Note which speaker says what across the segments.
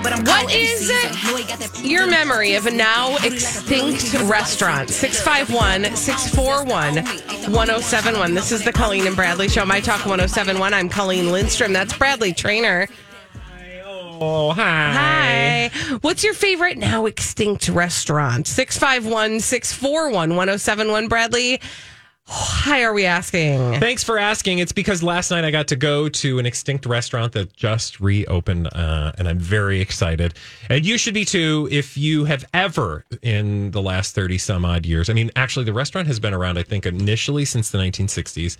Speaker 1: But I'm
Speaker 2: What is your memory of a now extinct restaurant? 651 641 1071. This is the Colleen and Bradley Show. My Talk 1071. I'm Colleen Lindstrom. That's Bradley Trainer.
Speaker 3: Oh, hi.
Speaker 2: Hi. What's your favorite now extinct restaurant? 651 641 1071. Bradley, why are we asking?
Speaker 3: Thanks for asking. It's because last night I got to go to an extinct restaurant that just reopened, uh, and I'm very excited. And you should be too if you have ever, in the last 30 some odd years. I mean, actually, the restaurant has been around, I think, initially since the 1960s.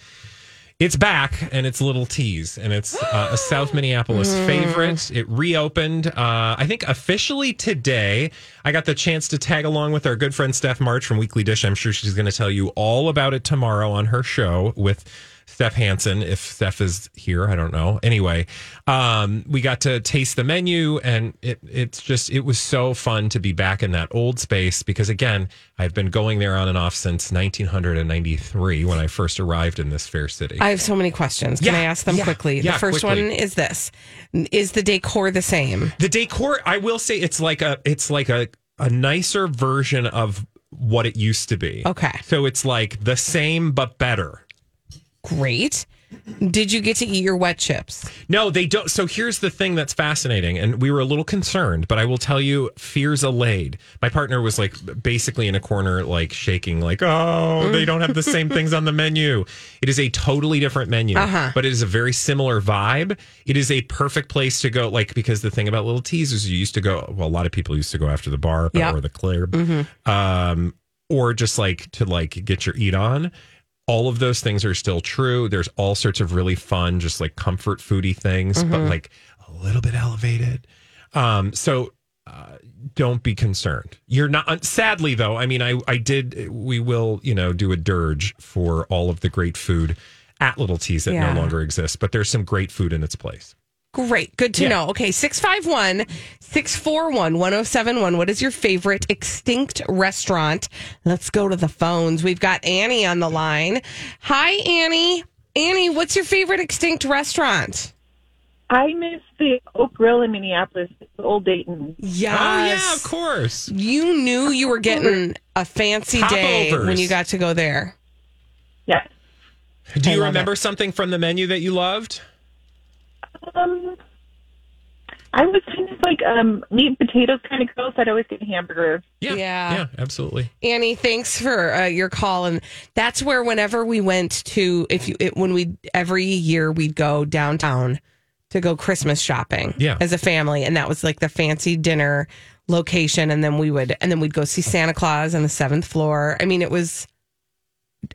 Speaker 3: It's back and it's Little Teas, and it's uh, a South Minneapolis favorite. It reopened, uh, I think, officially today. I got the chance to tag along with our good friend Steph March from Weekly Dish. I'm sure she's going to tell you all about it tomorrow on her show with Steph Hansen. If Steph is here, I don't know. Anyway, um, we got to taste the menu, and it, it's just, it was so fun to be back in that old space because, again, I've been going there on and off since 1993 when I first arrived in this fair city.
Speaker 2: I have so many questions. Can
Speaker 3: Yeah,
Speaker 2: I ask them
Speaker 3: yeah,
Speaker 2: quickly?
Speaker 3: yeah,
Speaker 2: the first
Speaker 3: quickly.
Speaker 2: one is this Is the decor the same?
Speaker 3: the decor i will say it's like a it's like a, a nicer version of what it used to be
Speaker 2: Okay.
Speaker 3: so it's like the same but better
Speaker 2: Great. Did you get to eat your wet chips?
Speaker 3: no they don't so here's the thing that's fascinating and we were a little concerned but i will tell you fears allayed my partner was like basically in a corner like shaking like oh they don't have the same things on the menu it is a totally different menu
Speaker 2: Uh-huh.
Speaker 3: but it is a very similar vibe it is a perfect place to go like because the thing about little teas is you used to go well a lot of people used to go after the bar
Speaker 2: Yep.
Speaker 3: or the club um, or just like to like get your eat on. All of those things are still true. There's all sorts of really fun, just like comfort foody things, but like a little bit elevated. Um, so uh, don't be concerned. You're not. Sadly, though, I mean, I I did. We will, you know, do a dirge for all of the great food at Little Teas that
Speaker 2: Yeah.
Speaker 3: no longer exists. But there's some great food in its place.
Speaker 2: Great. Good to
Speaker 3: Yeah.
Speaker 2: know. Okay. 651 641 1071. What is your favorite extinct restaurant? Let's go to the phones. We've got Annie on the line. Hi, Annie. Annie, what's your favorite extinct restaurant?
Speaker 4: I miss the Oak Grill in Minneapolis, the old Dayton.
Speaker 3: Oh yeah, of course.
Speaker 2: You knew you were getting a fancy day
Speaker 3: Popovers.
Speaker 2: when you got to go there.
Speaker 4: Yes.
Speaker 3: Do
Speaker 2: I
Speaker 3: you
Speaker 2: love
Speaker 3: remember something from the menu that you loved?
Speaker 4: Um, I was kind of like um meat and potatoes kind of girl, so I'd always get a hamburger.
Speaker 2: Yeah.
Speaker 3: Yeah. Absolutely.
Speaker 2: Annie, thanks for uh, your call. And that's where whenever we went to, if you, it, when we, every year we'd go downtown to go Christmas shopping
Speaker 3: Yeah.
Speaker 2: as a family. And that was like the fancy dinner location. And then we would, and then we'd go see Santa Claus on the seventh floor. I mean, it was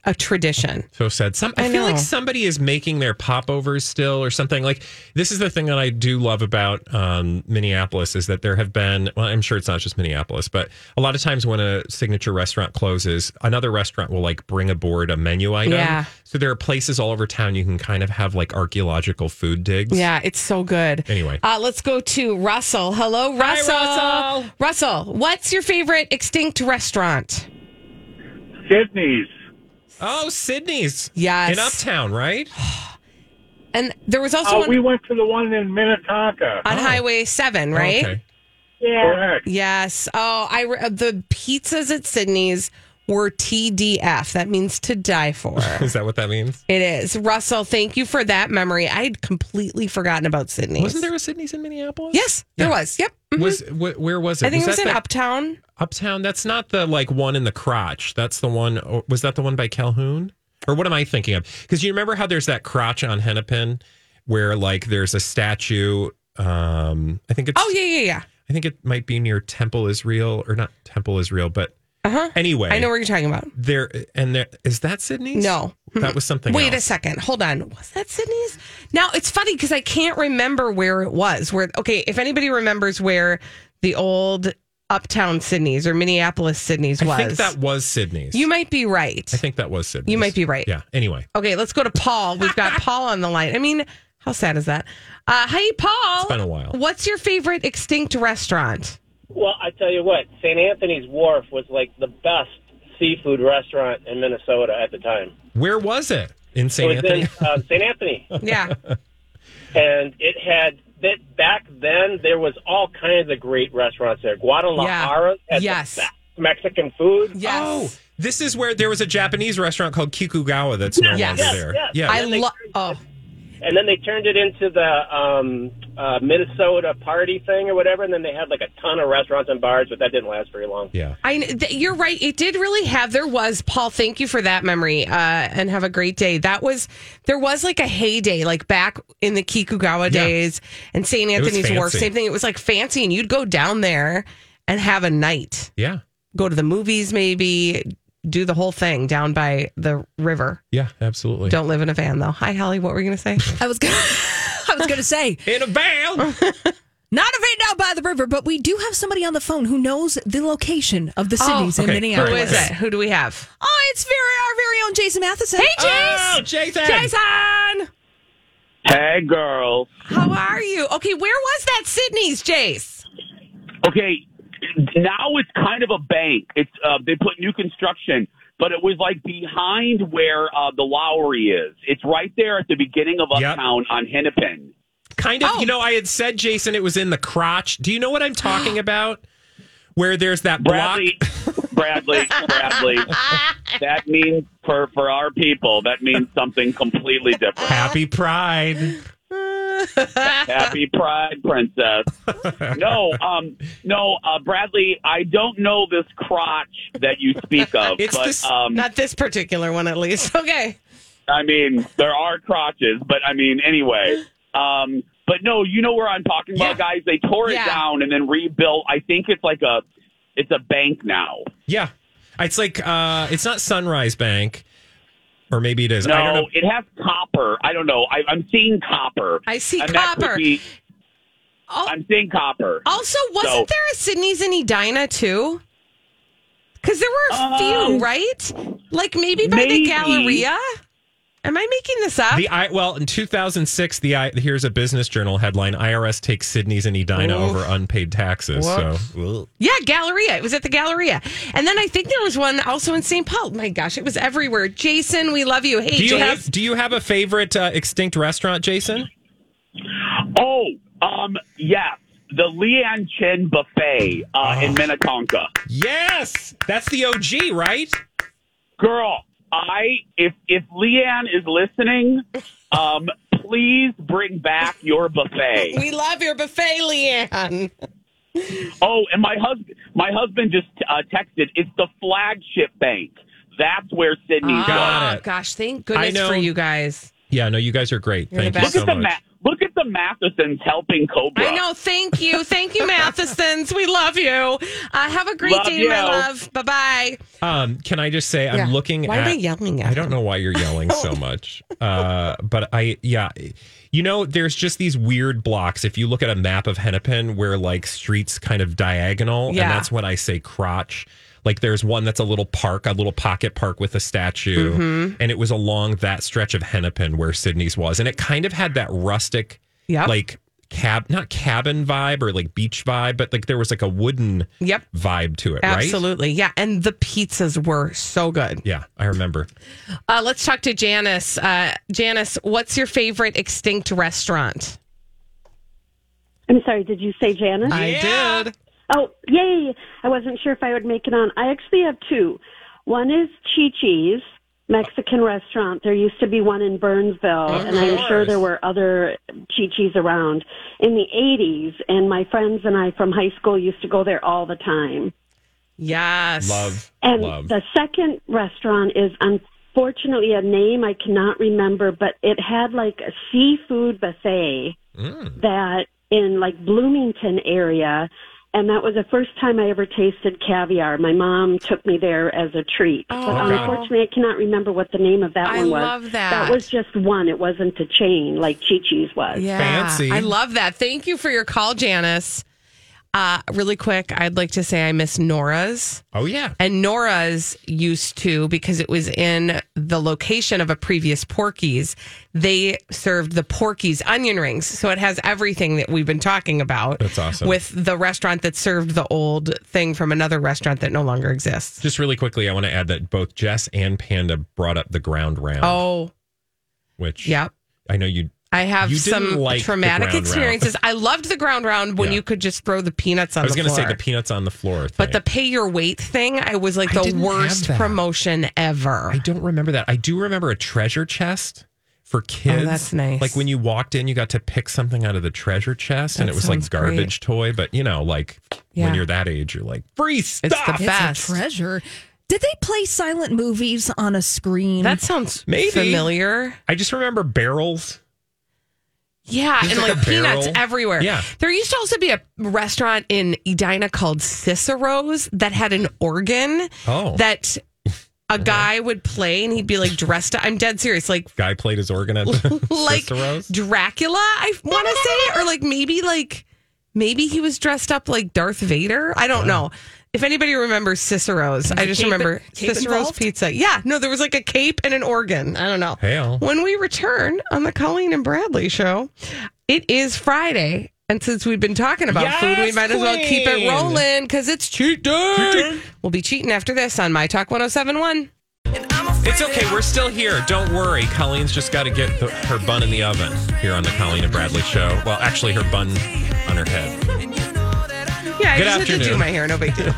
Speaker 2: a tradition.
Speaker 3: So sad. Some I,
Speaker 2: I
Speaker 3: feel like
Speaker 2: know.
Speaker 3: somebody is making their popovers still or something. Like this is the thing that I do love about um, Minneapolis is that there have been. Well, I'm sure it's not just Minneapolis, but a lot of times when a signature restaurant closes, another restaurant will like bring aboard a menu item.
Speaker 2: Yeah.
Speaker 3: So there are places all over town you can kind of have like archaeological food digs.
Speaker 2: Yeah, it's so good.
Speaker 3: Anyway.
Speaker 2: uh, let's go to Russell. Hello, Russell.
Speaker 3: Russell.
Speaker 2: Russell, what's your favorite extinct restaurant?
Speaker 5: Sydney's.
Speaker 3: Oh, Sydney's.
Speaker 2: Yes.
Speaker 3: In Uptown, right?
Speaker 2: And there was also
Speaker 5: Oh,
Speaker 2: one
Speaker 5: we went to the one in Minnetonka.
Speaker 2: on Highway 7, right?
Speaker 3: Oh. Okay.
Speaker 4: Yeah.
Speaker 5: Correct.
Speaker 2: Yes. Oh, I re- the pizzas uh, at Sydney's were TDF. That means to die for.
Speaker 3: Is that what that means?
Speaker 2: it is. Russell, thank you for that memory. I had completely forgotten about Sydney.
Speaker 3: Wasn't there a Sydney's in Minneapolis?
Speaker 2: Yes, there
Speaker 3: Yeah.
Speaker 2: was. Yep. Mhm.
Speaker 3: Was wh- where was it?
Speaker 2: I think
Speaker 3: was
Speaker 2: it was in
Speaker 3: that the-
Speaker 2: Uptown.
Speaker 3: Uptown. That's not the like one in the crotch. That's the one. Or was that the one by Calhoun? Or what am I thinking of? Because you remember how there's that crotch on Hennepin where like there's a statue. Um, I think it's.
Speaker 2: Oh, yeah, yeah, yeah.
Speaker 3: I think it might be near Temple Israel or not Temple Israel, but
Speaker 2: Uh huh.
Speaker 3: anyway,
Speaker 2: I know what you're talking about.
Speaker 3: there and there is that Sydney's.
Speaker 2: No.
Speaker 3: that was something.
Speaker 2: Wait a
Speaker 3: else.
Speaker 2: second. Hold on. Was that Sydney's? Now it's funny because I can't remember where it was. Where okay, if anybody remembers where the old uptown Sydney's or Minneapolis Sydney's was,
Speaker 3: I think that was Sydney's.
Speaker 2: you might be right.
Speaker 3: I think that was Sydney's.
Speaker 2: You might be right.
Speaker 3: Yeah. Anyway,
Speaker 2: Okay, let's go to Paul. We've got Paul on the line. I mean, how sad is that? Uh, hi, Paul.
Speaker 3: It's been a while.
Speaker 2: What's your favorite extinct restaurant?
Speaker 1: Well, I tell you what, St. Anthony's Wharf was like the best seafood restaurant in Minnesota at the time.
Speaker 3: where was it in
Speaker 1: It
Speaker 3: St.
Speaker 1: was
Speaker 3: Anthony?
Speaker 1: in uh, St. Anthony,
Speaker 2: Yeah.
Speaker 1: and it had that back then. There was all kinds of great restaurants there. Guadalajara
Speaker 2: Yeah.
Speaker 1: had the
Speaker 2: Yes.
Speaker 1: best Mexican food.
Speaker 2: Yes.
Speaker 3: Oh, this is where there was a Japanese restaurant called Kikugawa that's no
Speaker 2: Yes.
Speaker 3: longer there.
Speaker 1: Yes,
Speaker 3: Yeah.
Speaker 1: yes.
Speaker 2: I
Speaker 1: And they-
Speaker 2: love. Oh,
Speaker 1: And then they turned it into the um, uh, Minnesota party thing or whatever. And then they had like a ton of restaurants and bars, but that didn't last very long.
Speaker 3: yeah.
Speaker 2: I th- you're right. It did really have. There was Paul. Thank you for that memory. Uh, and have a great day. That was there was like a heyday, like back in the Kikugawa days and St.
Speaker 3: was
Speaker 2: Anthony's Wharf.
Speaker 3: fancy.
Speaker 2: Same thing. It was like fancy, and you'd go down there and have a night,
Speaker 3: Yeah.
Speaker 2: go to the movies, maybe do the whole thing down by the river.
Speaker 3: Yeah. Absolutely.
Speaker 2: Don't live in a van though. Hi, Holly. What were you gonna say?
Speaker 6: I was gonna, I was gonna say
Speaker 3: In a Oh, van.
Speaker 6: not a van down by the river, but we do have somebody on the phone who knows the location of the
Speaker 7: Oh,
Speaker 6: Sydney's
Speaker 3: okay.
Speaker 6: in
Speaker 3: All
Speaker 6: Minneapolis.
Speaker 3: right.
Speaker 2: Who is it? Who do we have?
Speaker 6: Oh, it's very our very own Jason Matheson. Hey,
Speaker 3: oh, Jason.
Speaker 2: Jason.
Speaker 7: Hey, girls.
Speaker 2: How are you? Okay, where was that Sydney's, Jace?
Speaker 7: Okay, now it's kind of a bank. It's uh, they put new construction, but it was like behind where uh, the Lowry is. It's right there at the beginning of
Speaker 3: Yep.
Speaker 7: Uptown on Hennepin.
Speaker 3: Kind of.
Speaker 2: Oh.
Speaker 3: You know, I had said Jason. It was in the crotch. Do you know what I'm talking about? Where there's that block.
Speaker 7: Bradley, Bradley, Bradley. That means for for our people, that means something completely different.
Speaker 3: Happy Pride.
Speaker 7: Happy Pride, Princess. No, um, no, uh, Bradley. I don't know this crotch that you speak of,
Speaker 3: It's
Speaker 7: but
Speaker 3: this-
Speaker 7: um,
Speaker 2: Not this particular one, at least. Okay.
Speaker 7: I mean, there are crotches, but I mean, anyway. Um, but no, you know where I'm talking about, guys. They tore
Speaker 2: Yeah.
Speaker 7: it down and then rebuilt. I think it's like a, it's a bank now.
Speaker 3: Yeah. It's like uh it's not Sunrise Bank. Or maybe it is. I don't
Speaker 7: No,
Speaker 3: know.
Speaker 7: it has copper. I don't know. I, I'm seeing copper.
Speaker 2: I see
Speaker 7: And that could
Speaker 2: copper.
Speaker 7: be-
Speaker 2: Al-
Speaker 7: I'm seeing copper.
Speaker 2: Also, wasn't
Speaker 7: So-
Speaker 2: there a Sydney's in Edina too? Because there were a few,
Speaker 7: Um,
Speaker 2: right? Like maybe by the
Speaker 7: maybe.
Speaker 2: Galleria? Am I making this up?
Speaker 3: The I well in 2006 the I, here's a business journal headline IRS takes Sydney's and Edina over unpaid taxes. So
Speaker 2: yeah, Galleria. It was at the Galleria. And then I think there was one also in St. Paul. My gosh, it was everywhere. Jason, we love you. Hey,
Speaker 3: Do you
Speaker 2: Jace.
Speaker 3: have do you have a favorite uh, extinct restaurant, Jason?
Speaker 7: Oh, um, yes, the Lian Chin Buffet uh, in Minnetonka.
Speaker 3: Yes, that's the OG, right?
Speaker 7: girl, I if if Leanne is listening, um, please bring back your buffet.
Speaker 2: we love your buffet, Leanne.
Speaker 7: Oh, and my husband, my husband just uh, texted. It's the flagship bank. That's where Sydney
Speaker 3: Got
Speaker 2: Oh,
Speaker 3: it.
Speaker 2: gosh, thank
Speaker 3: I
Speaker 2: goodness
Speaker 3: know.
Speaker 2: for you guys.
Speaker 3: Yeah, no, you guys are great.
Speaker 2: You're
Speaker 3: Thank
Speaker 2: the
Speaker 3: you
Speaker 2: best.
Speaker 7: was.
Speaker 3: Ah. so
Speaker 7: Look at
Speaker 3: much.
Speaker 7: the Ma- look at the Mathesons helping Cobra.
Speaker 2: I know. Thank you. Thank you, Mathesons. We love you. Uh, have a great
Speaker 7: Love
Speaker 2: day,
Speaker 7: you.
Speaker 2: my love. Bye bye.
Speaker 3: Um, can I just say I'm looking
Speaker 2: Why
Speaker 3: at
Speaker 2: am I yelling at
Speaker 3: I don't know why you're yelling so much. Uh, but I, yeah, you know, there's just these weird blocks. If you look at a map of Hennepin where like streets kind of diagonal,
Speaker 2: Yeah.
Speaker 3: and that's when I say crotch. Like there's one that's a little park, a little pocket park with a statue.
Speaker 2: Mm-hmm.
Speaker 3: And it was along that stretch of Hennepin where Sydney's was. And it kind of had that rustic,
Speaker 2: Yep.
Speaker 3: like cab, not cabin vibe or like beach vibe, but like there was like a wooden
Speaker 2: Yep.
Speaker 3: vibe to it, right?
Speaker 2: Absolutely. Yeah. And the pizzas were so good.
Speaker 3: Yeah, I remember.
Speaker 2: Uh, let's talk to Janice. Uh, Janice, what's your favorite extinct restaurant?
Speaker 8: I'm sorry, did you say Janice?
Speaker 2: I did.
Speaker 8: oh, yay! I wasn't sure if I would make it on. I actually have two. One is Chi Chi's Mexican restaurant. There used to be one in Burnsville,
Speaker 9: Of
Speaker 8: and I'm sure
Speaker 9: course.
Speaker 8: there were other Chi Chi's around in the 80s. And my friends and I from high school used to go there all the time.
Speaker 2: Yes.
Speaker 3: Love.
Speaker 8: And
Speaker 3: love.
Speaker 8: the second restaurant is unfortunately a name I cannot remember, but it had like a seafood buffet that in like Bloomington area. And that was the first time I ever tasted caviar. My mom took me there as a treat. but
Speaker 9: God.
Speaker 8: unfortunately, I cannot remember what the name of that
Speaker 2: Oh, I
Speaker 8: one was.
Speaker 2: love that.
Speaker 8: That was just one. It wasn't a chain like Chi Chi's was.
Speaker 2: Yeah. I love that. Thank you for your call, Janice. Uh, really quick, I'd like to say I miss Nora's.
Speaker 3: Oh, yeah.
Speaker 2: And Nora's used to, because it was in the location of a previous Porky's, they served the Porky's onion rings. So it has everything that we've been talking about.
Speaker 3: That's awesome.
Speaker 2: With the restaurant that served the old thing from another restaurant that no longer exists.
Speaker 3: Just really quickly, I want to add that both Jess and Panda brought up the ground round,
Speaker 2: Oh,
Speaker 3: which
Speaker 2: yep.
Speaker 3: I know you.
Speaker 2: I have
Speaker 3: You didn't
Speaker 2: some
Speaker 3: like the
Speaker 2: traumatic
Speaker 3: ground round.
Speaker 2: experiences. I loved the ground round when
Speaker 3: Yeah.
Speaker 2: you could just throw the peanuts on
Speaker 3: I was
Speaker 2: the
Speaker 3: going to
Speaker 2: floor.
Speaker 3: say the peanuts on the floor. Thing.
Speaker 2: But the pay your weight thing, I was like
Speaker 3: I
Speaker 2: the
Speaker 3: didn't
Speaker 2: worst
Speaker 3: have that.
Speaker 2: promotion ever.
Speaker 3: I don't remember that. I do remember a treasure chest for kids.
Speaker 2: Oh, that's nice.
Speaker 3: Like when you walked in, you got to pick something out of the treasure chest, and
Speaker 2: That
Speaker 3: it was like
Speaker 2: sounds great.
Speaker 3: garbage toy. But you know, like
Speaker 2: Yeah.
Speaker 3: when you're that age, you're like free stuff.
Speaker 2: It's the
Speaker 6: It's
Speaker 2: best.
Speaker 6: a treasure. Did they play silent movies on a screen?
Speaker 2: That sounds
Speaker 3: Maybe.
Speaker 2: familiar.
Speaker 3: I just remember barrels.
Speaker 2: Yeah,
Speaker 3: Just
Speaker 2: and
Speaker 3: like
Speaker 2: like,
Speaker 3: a
Speaker 2: peanuts
Speaker 3: barrel.
Speaker 2: everywhere.
Speaker 3: Yeah.
Speaker 2: There used to also be a restaurant in Edina called Cicero's that had an organ
Speaker 3: Oh.
Speaker 2: that a guy would play and he'd be like dressed up. I'm dead serious. Like
Speaker 3: Guy played his organ at
Speaker 2: like
Speaker 3: Cicero's.
Speaker 2: Dracula, I want to say, or like maybe like maybe he was dressed up like Darth Vader. I don't know. If anybody remembers Cicero's, I just
Speaker 6: cape-
Speaker 2: remember
Speaker 6: cape
Speaker 2: Cicero's
Speaker 6: involved?
Speaker 2: pizza. Yeah, no, there was like a cape and an organ. I don't know.
Speaker 3: Hell.
Speaker 2: When we return on the Colleen and Bradley show, it is Friday. And since we've been talking about
Speaker 3: Yes,
Speaker 2: food, we might as well keep it
Speaker 3: queen.
Speaker 2: rolling because it's cheat day. We'll be cheating after this on My Talk 1071.
Speaker 3: It's okay. We're still here. Don't worry. Colleen's just got to get the, her bun in the oven here on the Colleen and Bradley show. Well, actually, her bun on her head.
Speaker 2: Yeah, I
Speaker 3: Good
Speaker 2: just had to do
Speaker 3: afternoon.
Speaker 2: my hair. No big deal.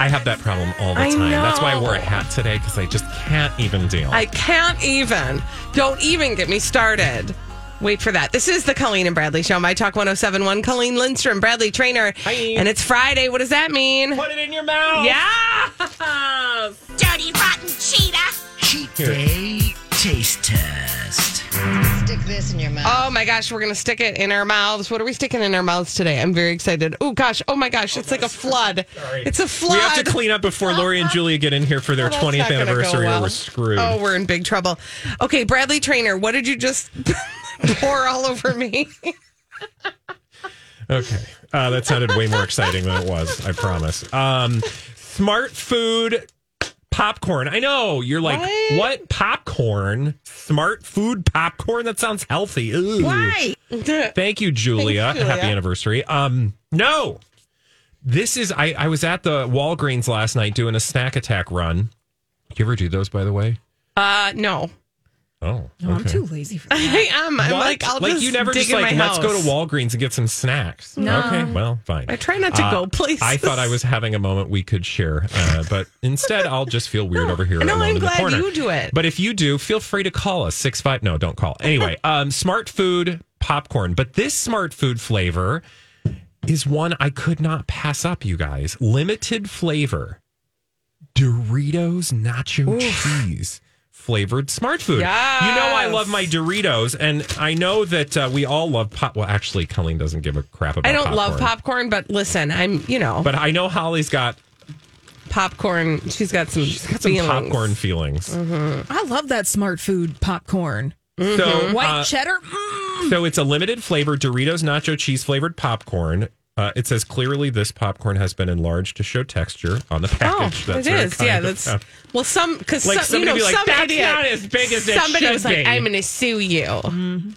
Speaker 3: I have that problem all the
Speaker 2: I
Speaker 3: time. That's why I wore a
Speaker 2: know.
Speaker 3: hat today because I just can't even deal.
Speaker 2: I can't even. Don't even get me started. Wait for that. This is the Colleen and Bradley Show, My Talk 1071. Colleen Lindstrom, Bradley Trainer. And it's Friday. What does that mean?
Speaker 3: Put it in your mouth.
Speaker 2: Yeah.
Speaker 10: Dirty rotten cheetah.
Speaker 11: Cheat day taste test.
Speaker 9: Stick this in your mouth.
Speaker 2: Oh my gosh, we're going to stick it in our mouths. What are we sticking in our mouths today? I'm very excited. Oh gosh. Oh my gosh. It's like a flood. It's a flood.
Speaker 3: We have to clean up before Lori and Julia get in here for their
Speaker 2: Oh, that's
Speaker 3: 20th
Speaker 2: not gonna go
Speaker 3: anniversary
Speaker 2: well.
Speaker 3: or we're screwed.
Speaker 2: Oh, we're in big trouble. Okay, Bradley Trainer, what did you just pour all over me?
Speaker 3: Okay. Uh, that sounded way more exciting than it was, I promise. Um, smart food popcorn. I know. You're like, what? popcorn? Smart food popcorn? That sounds healthy. Ew. Thank you, Julia.
Speaker 2: Thanks, Julia.
Speaker 3: Happy anniversary. Um, no. This is I, I was at the Walgreens last night doing a snack attack run. You ever do those by the way?
Speaker 2: Uh, no.
Speaker 3: Oh.
Speaker 6: No, I'm
Speaker 3: okay.
Speaker 6: too lazy for that.
Speaker 2: I am. I'm
Speaker 3: What?
Speaker 2: like, I'll just
Speaker 3: you never
Speaker 2: dig
Speaker 3: just
Speaker 2: in
Speaker 3: like
Speaker 2: my
Speaker 3: let's go
Speaker 2: house."
Speaker 3: to Walgreens and get some snacks.
Speaker 2: No.
Speaker 3: Okay, well, fine. Uh,
Speaker 2: I try not to go places.
Speaker 3: I thought I was having a moment we could share, uh, but instead I'll just feel weird over here.
Speaker 2: No,
Speaker 3: alone
Speaker 2: I'm
Speaker 3: in the
Speaker 2: glad
Speaker 3: corner.
Speaker 2: you do it.
Speaker 3: But if you do, feel free to call us six five. No, don't call. Anyway, um, smart food popcorn. But this smart food flavor is one I could not pass up. You guys, limited flavor. Doritos nacho cheese flavored smart food. You know I
Speaker 2: Yes.
Speaker 3: love my Doritos, and I know that uh, we all love pop. Well, actually, Colleen doesn't give a crap about.
Speaker 2: I don't love popcorn,
Speaker 3: popcorn.
Speaker 2: but listen, I'm you know
Speaker 3: But I know Holly's got
Speaker 2: popcorn. She's got some.
Speaker 3: she's got some
Speaker 2: feelings. Mm-hmm.
Speaker 3: popcorn feelings.
Speaker 6: I love that smart food popcorn.
Speaker 2: Mm-hmm.
Speaker 3: So
Speaker 6: White
Speaker 3: uh,
Speaker 6: cheddar. Mm.
Speaker 3: so it's a limited flavor Doritos nacho cheese flavored popcorn. Uh, it says clearly this popcorn has been enlarged to show texture on the
Speaker 2: Oh,
Speaker 3: package.
Speaker 2: it
Speaker 3: very
Speaker 2: is.
Speaker 3: kind
Speaker 2: Yeah,
Speaker 3: of
Speaker 2: that's
Speaker 3: them.
Speaker 2: well. Some because
Speaker 3: Like
Speaker 2: some, you
Speaker 3: somebody
Speaker 2: know
Speaker 3: be like,
Speaker 2: some
Speaker 3: "That's
Speaker 2: idiot.
Speaker 3: not as big as it
Speaker 2: somebody
Speaker 3: should
Speaker 2: was like,
Speaker 3: be."
Speaker 2: "I'm going to sue you."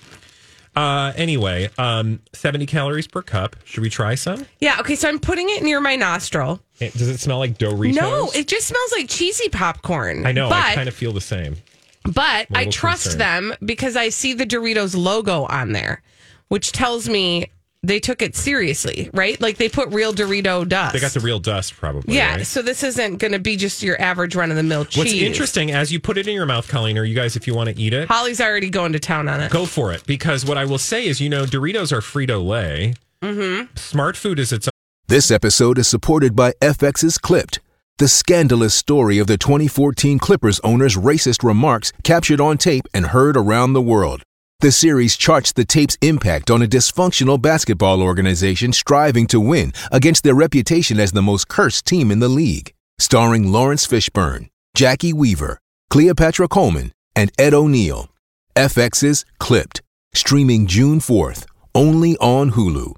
Speaker 3: Uh, anyway, um, seventy calories per cup. Should we try some?
Speaker 2: Yeah. Okay. So I'm putting it near my nostril.
Speaker 3: It- does it smell like Doritos?
Speaker 2: No, it just smells like cheesy popcorn.
Speaker 3: I know.
Speaker 2: But
Speaker 3: I kind of feel the same.
Speaker 2: But
Speaker 3: I'm a
Speaker 2: I
Speaker 3: little
Speaker 2: trust
Speaker 3: concerned.
Speaker 2: them because I see the Doritos logo on there, which tells me they took it seriously, right? Like they put real Dorito dust.
Speaker 3: They got the real dust, probably.
Speaker 2: yeah,
Speaker 3: right?
Speaker 2: so this isn't going to be just your average run of the mill cheese.
Speaker 3: What's interesting, as you put it in your mouth, Colleen, or you guys, if you want to eat it,
Speaker 2: Holly's already going to town on it.
Speaker 3: go for it. Because what I will say is, you know, Doritos are Frito Lay.
Speaker 2: Mm-hmm.
Speaker 3: Smart food is its
Speaker 12: This episode is supported by FX's Clipped, the scandalous story of the 2014 Clippers owner's racist remarks captured on tape and heard around the world. The series charts the tape's impact on a dysfunctional basketball organization striving to win against their reputation as the most cursed team in the league. Starring Lawrence Fishburne, Jackie Weaver, Cleopatra Coleman, and Ed O'Neill. FX's Clipped, streaming June 4th, only on Hulu.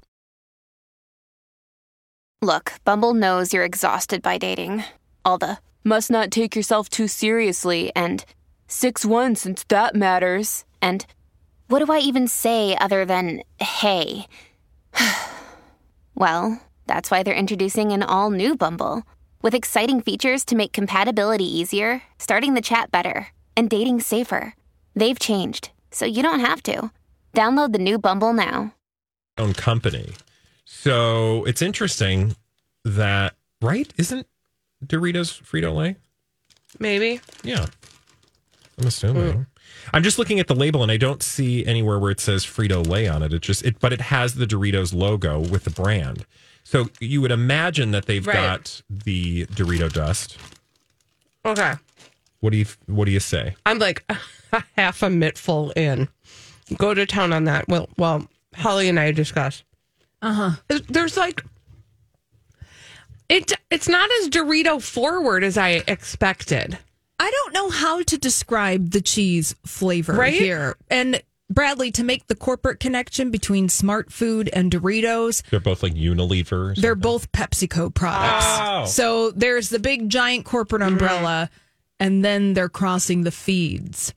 Speaker 13: Look, Bumble knows you're exhausted by dating. All the must not take yourself too seriously and 6 1 since that matters. And what do I even say other than hey? well, that's why they're introducing an all new Bumble with exciting features to make compatibility easier, starting the chat better, and dating safer. They've changed, so you don't have to. Download the new Bumble now.
Speaker 3: own company. So it's interesting that, right? Isn't Doritos Frito Lay?
Speaker 2: Maybe.
Speaker 3: Yeah. I'm assuming.
Speaker 2: Mm.
Speaker 3: I'm just looking at the label and I don't see anywhere where it says Frito Lay on it. It just it but it has the Doritos logo with the brand. So you would imagine that they've
Speaker 2: Right.
Speaker 3: got the Dorito dust.
Speaker 2: Okay.
Speaker 3: What do you what do you say?
Speaker 2: I'm like half a mittful in. Go to town on that. Well, well, Holly and I discussed.
Speaker 6: Uh huh.
Speaker 2: There's like it. It's not as Dorito forward as I expected.
Speaker 6: I don't know how to describe the cheese flavor
Speaker 2: Right?
Speaker 6: here. And Bradley, to make the corporate connection between smart food and Doritos,
Speaker 3: They're both like Unilever.
Speaker 6: they're both PepsiCo products.
Speaker 3: Oh.
Speaker 6: So there's the big giant corporate umbrella, and then they're crossing the feeds.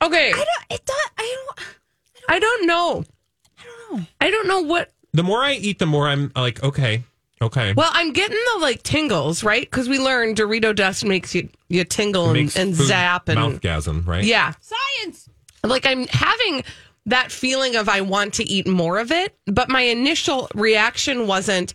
Speaker 2: Okay. I
Speaker 6: don't. It does. I don't.
Speaker 2: I don't know. I don't know. I don't know what.
Speaker 3: The more I eat, the more I'm like, okay, okay.
Speaker 2: Well, I'm getting the like tingles, right? Because we learned Dorito dust makes you you tingle
Speaker 3: It
Speaker 2: and,
Speaker 3: makes
Speaker 2: and
Speaker 3: food
Speaker 2: zap and
Speaker 3: mouthgasm, right?
Speaker 2: Yeah. Science. Like I'm having that feeling of I want to eat more of it, but my initial reaction wasn't,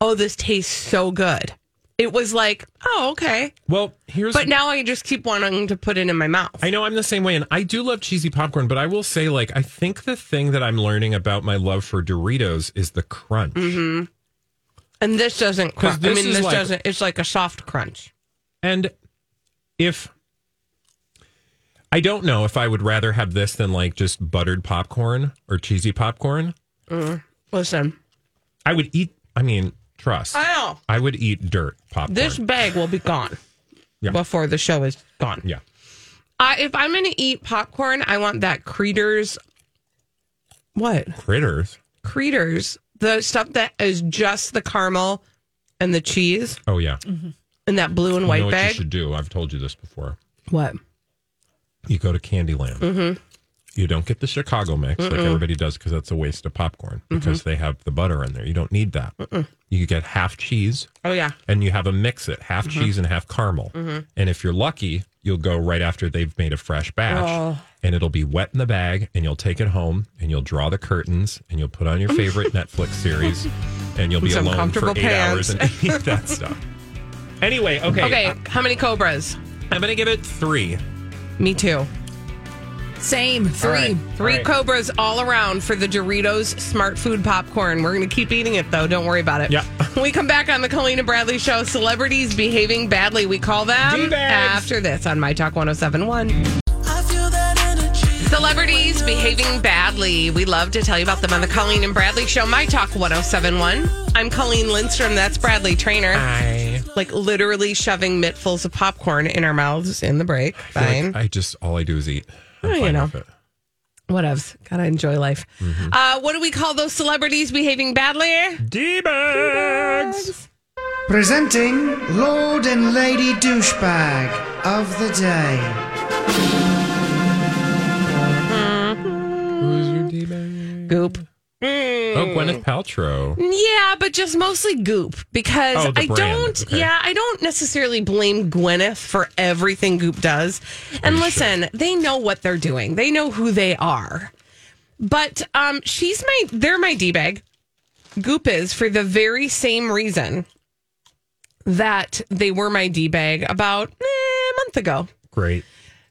Speaker 2: oh, this tastes so good. It was like, oh, okay.
Speaker 3: Well, here's
Speaker 2: But now I just keep wanting to put it in my mouth.
Speaker 3: I know I'm the same way, and I do love cheesy popcorn, but I will say, like, I think the thing that I'm learning about my love for Doritos is the crunch.
Speaker 2: hmm And this doesn't crunch. I
Speaker 3: this
Speaker 2: mean,
Speaker 3: is
Speaker 2: this
Speaker 3: like-
Speaker 2: doesn't. It's like a soft crunch.
Speaker 3: And if I don't know if I would rather have this than like just buttered popcorn or cheesy popcorn,
Speaker 2: Mm. Listen,
Speaker 3: I would eat, I mean, trust,
Speaker 2: I know
Speaker 3: I would eat dirt popcorn.
Speaker 2: this bag will be gone
Speaker 3: Yeah.
Speaker 2: before the show is gone.
Speaker 3: yeah.
Speaker 2: Uh, if I'm going to eat popcorn, I want that Creeders. What?
Speaker 3: Critters.
Speaker 2: Creeders, the stuff that is just the caramel and the cheese
Speaker 3: Oh, yeah.
Speaker 2: and that blue and
Speaker 3: you know
Speaker 2: white
Speaker 3: what you
Speaker 2: bag.
Speaker 3: should do. I've told you this before.
Speaker 2: What?
Speaker 3: You go to Candyland.
Speaker 2: Mm-hmm.
Speaker 3: You don't get the Chicago mix like
Speaker 2: Mm-mm. Mm-hmm.
Speaker 3: everybody does because that's a waste of popcorn because they have the butter in there. You don't need that. You get half cheese
Speaker 2: Oh, yeah.
Speaker 3: and you have a mix it half
Speaker 2: Mm-hmm.
Speaker 3: cheese and half caramel.
Speaker 2: Mhm.
Speaker 3: And if you're lucky, you'll go right after they've made a fresh batch
Speaker 2: Oh.
Speaker 3: and it'll be wet in the bag and you'll take it home and you'll draw the curtains and you'll put on your favorite Netflix series and you'll be
Speaker 2: Some
Speaker 3: alone for
Speaker 2: comfortable
Speaker 3: eight
Speaker 2: pants.
Speaker 3: hours and eat that stuff. Anyway, okay.
Speaker 2: Okay. How many Cobras?
Speaker 3: I'm going to give it three.
Speaker 2: Me too.
Speaker 6: Same. Three.
Speaker 2: Three
Speaker 3: All right.
Speaker 2: Cobras all around for the Doritos Smart Food Popcorn. We're going to keep eating it, though. Don't worry about it.
Speaker 3: Yeah.
Speaker 2: When we come back on the Colleen and Bradley Show, celebrities behaving badly. We call them
Speaker 10: D-bags.
Speaker 2: after this on My Talk 1071. Celebrities behaving badly. We love to tell you about them on the Colleen and Bradley Show, My Talk 1071. I'm Colleen Lindstrom. That's Bradley Trainer.
Speaker 3: Ah. Hi.
Speaker 2: Like literally shoving mittfuls of popcorn in our mouths in the break.
Speaker 3: I feel
Speaker 2: Fine.
Speaker 3: like I just, all I do is eat. I'm
Speaker 2: Oh, you
Speaker 3: fine
Speaker 2: know.
Speaker 3: with it.
Speaker 2: Whatevs. Gotta enjoy life.
Speaker 3: Mm-hmm.
Speaker 2: Uh, what do we call those celebrities behaving badly?
Speaker 3: D-bags.
Speaker 11: Presenting Lord and Lady Douchebag of the Day.
Speaker 3: Who's your D-bag?
Speaker 2: Goop.
Speaker 3: Oh, Gwyneth Paltrow.
Speaker 2: Yeah, but just mostly goop because
Speaker 3: Oh, the
Speaker 2: I
Speaker 3: brand.
Speaker 2: don't.
Speaker 3: Okay.
Speaker 2: Yeah, I don't necessarily blame Gwyneth for everything Goop does. And listen, they know what they're doing. They know who they are. But um, she's my. They're my d bag. Goop is for the very same reason that they were my D bag about eh, a month ago.
Speaker 3: Great.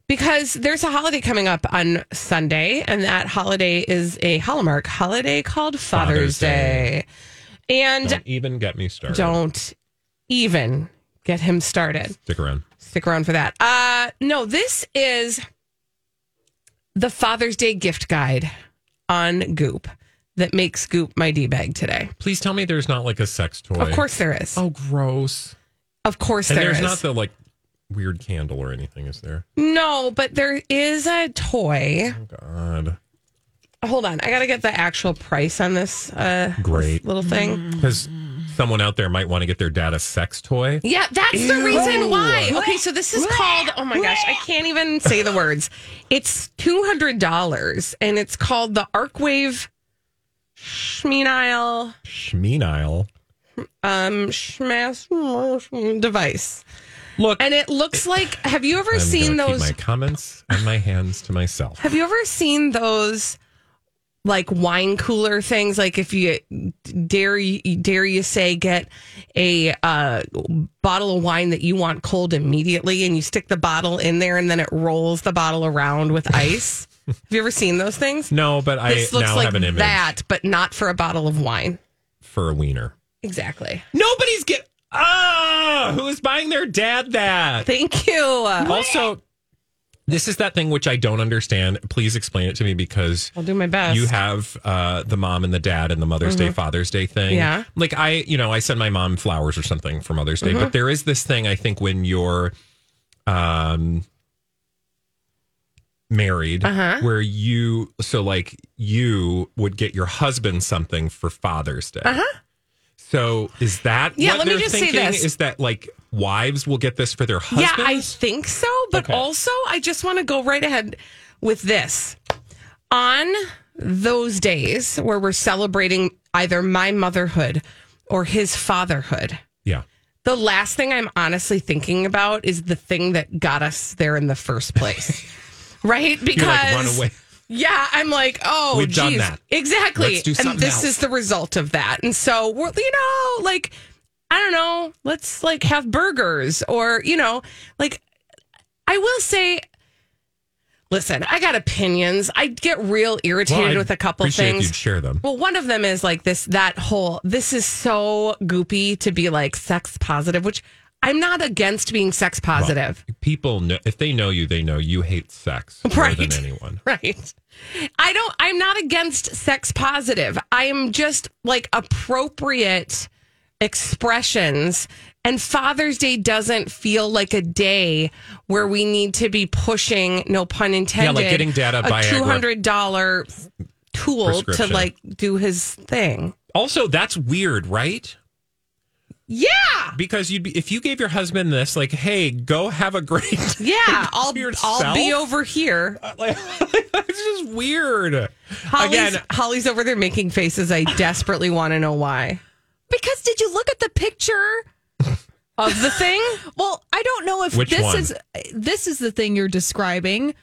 Speaker 2: Because there's a holiday coming up on Sunday, and that holiday is a Hallmark holiday called Father's,
Speaker 3: Father's
Speaker 2: Day.
Speaker 3: Day.
Speaker 2: And
Speaker 3: Don't even get me started.
Speaker 2: don't even get him started.
Speaker 3: Stick around.
Speaker 2: Stick around for that. Uh no, this is the Father's Day gift guide on Goop that makes Goop my D bag today.
Speaker 3: Please tell me there's not like a sex toy.
Speaker 2: Of course there is.
Speaker 3: Oh, gross.
Speaker 2: Of course
Speaker 3: And
Speaker 2: there
Speaker 3: there's
Speaker 2: is.
Speaker 3: not the like weird candle or anything, is there? Oh,
Speaker 2: no, but there is a toy.
Speaker 3: God.
Speaker 2: Hold on. I got to get the actual price on this uh
Speaker 3: Great.
Speaker 2: little thing.
Speaker 3: Because someone out there might want to get their dad a sex toy.
Speaker 2: Yeah, that's the
Speaker 3: Ew.
Speaker 2: reason why. Okay, so this is called, oh my gosh, I can't even say the words. It's $200 and it's called the Arcwave Schmenile
Speaker 3: Schmenile.
Speaker 2: um, Schmash device.
Speaker 3: Look.
Speaker 2: And it looks like, have you ever
Speaker 3: I'm
Speaker 2: seen
Speaker 3: gonna
Speaker 2: those?
Speaker 3: Keep my comments and my hands to myself.
Speaker 2: Have you ever seen those like wine cooler things? Like if you dare you- dare you say get a uh, bottle of wine that you want cold immediately, and you stick the bottle in there, and then it rolls the bottle around with ice. have you ever seen those things?
Speaker 3: No, but I
Speaker 2: this looks
Speaker 3: now
Speaker 2: like
Speaker 3: have an image
Speaker 2: that, but not for a bottle of wine.
Speaker 3: for a wiener.
Speaker 2: Exactly.
Speaker 3: Nobody's get ah. Who's buying their dad that?
Speaker 2: Thank you.
Speaker 3: Uh, Also, this is that thing which I don't understand. Please explain it to me because
Speaker 2: I'll do my best.
Speaker 3: you have uh, the mom and the dad and the Mother's Day,
Speaker 2: Mhm.
Speaker 3: Father's Day thing.
Speaker 2: Yeah.
Speaker 3: Like I, you know, I send my mom flowers or something for Mother's Day,
Speaker 2: Mm-hmm.
Speaker 3: but there is this thing I think when you're um married
Speaker 2: Uh-huh.
Speaker 3: where you so like you would get your husband something for Father's Day.
Speaker 2: Uh-huh.
Speaker 3: So is that
Speaker 2: Yeah,
Speaker 3: what
Speaker 2: let me
Speaker 3: they're
Speaker 2: just say
Speaker 3: thinking?
Speaker 2: this.
Speaker 3: Is that like wives will get this for their husbands?
Speaker 2: Yeah, I think so. But
Speaker 3: Okay.
Speaker 2: also, I just want to go right ahead with this. On those days where we're celebrating either my motherhood or his fatherhood,
Speaker 3: yeah.
Speaker 2: the last thing I'm honestly thinking about is the thing that got us there in the first place. right? Because.
Speaker 3: You're like run away.
Speaker 2: Yeah, I'm like, oh,
Speaker 3: We've done
Speaker 2: geez.
Speaker 3: that.
Speaker 2: Exactly.
Speaker 3: Let's do
Speaker 2: and
Speaker 3: something
Speaker 2: this
Speaker 3: else.
Speaker 2: is the result of that. And so we're, you know, like, I don't know, let's like have burgers or, you know, like, I will say, listen, I got opinions. I get real irritated
Speaker 3: Well, I
Speaker 2: with a couple
Speaker 3: appreciate
Speaker 2: things.
Speaker 3: You'd share them.
Speaker 2: Well, one of them is like this that whole this is so goopy to be like sex positive, which I'm not against being sex positive.
Speaker 3: People know if they know you, they know you hate sex more
Speaker 2: Right.
Speaker 3: than anyone.
Speaker 2: Right. I don't I'm not against sex positive. I am just like appropriate expressions and Father's Day doesn't feel like a day where we need to be pushing, no pun intended,
Speaker 3: getting dad a
Speaker 2: a
Speaker 3: Viagra
Speaker 2: $200 tool to
Speaker 3: prescription.
Speaker 2: like do his thing.
Speaker 3: Also, that's weird, right?
Speaker 2: Yeah.
Speaker 3: Because you'd be if you gave your husband this, like, hey, go have a great.
Speaker 2: Yeah, I'll I'll be
Speaker 3: yourself?
Speaker 2: over here.
Speaker 3: it's just weird.
Speaker 2: Holly's,
Speaker 3: Again,
Speaker 2: Holly's over there making faces. I desperately want to know why.
Speaker 6: Because did you look at the picture
Speaker 2: of the thing?
Speaker 6: well, I don't know if
Speaker 3: Which
Speaker 6: this
Speaker 3: one?
Speaker 6: is this is the thing you're describing.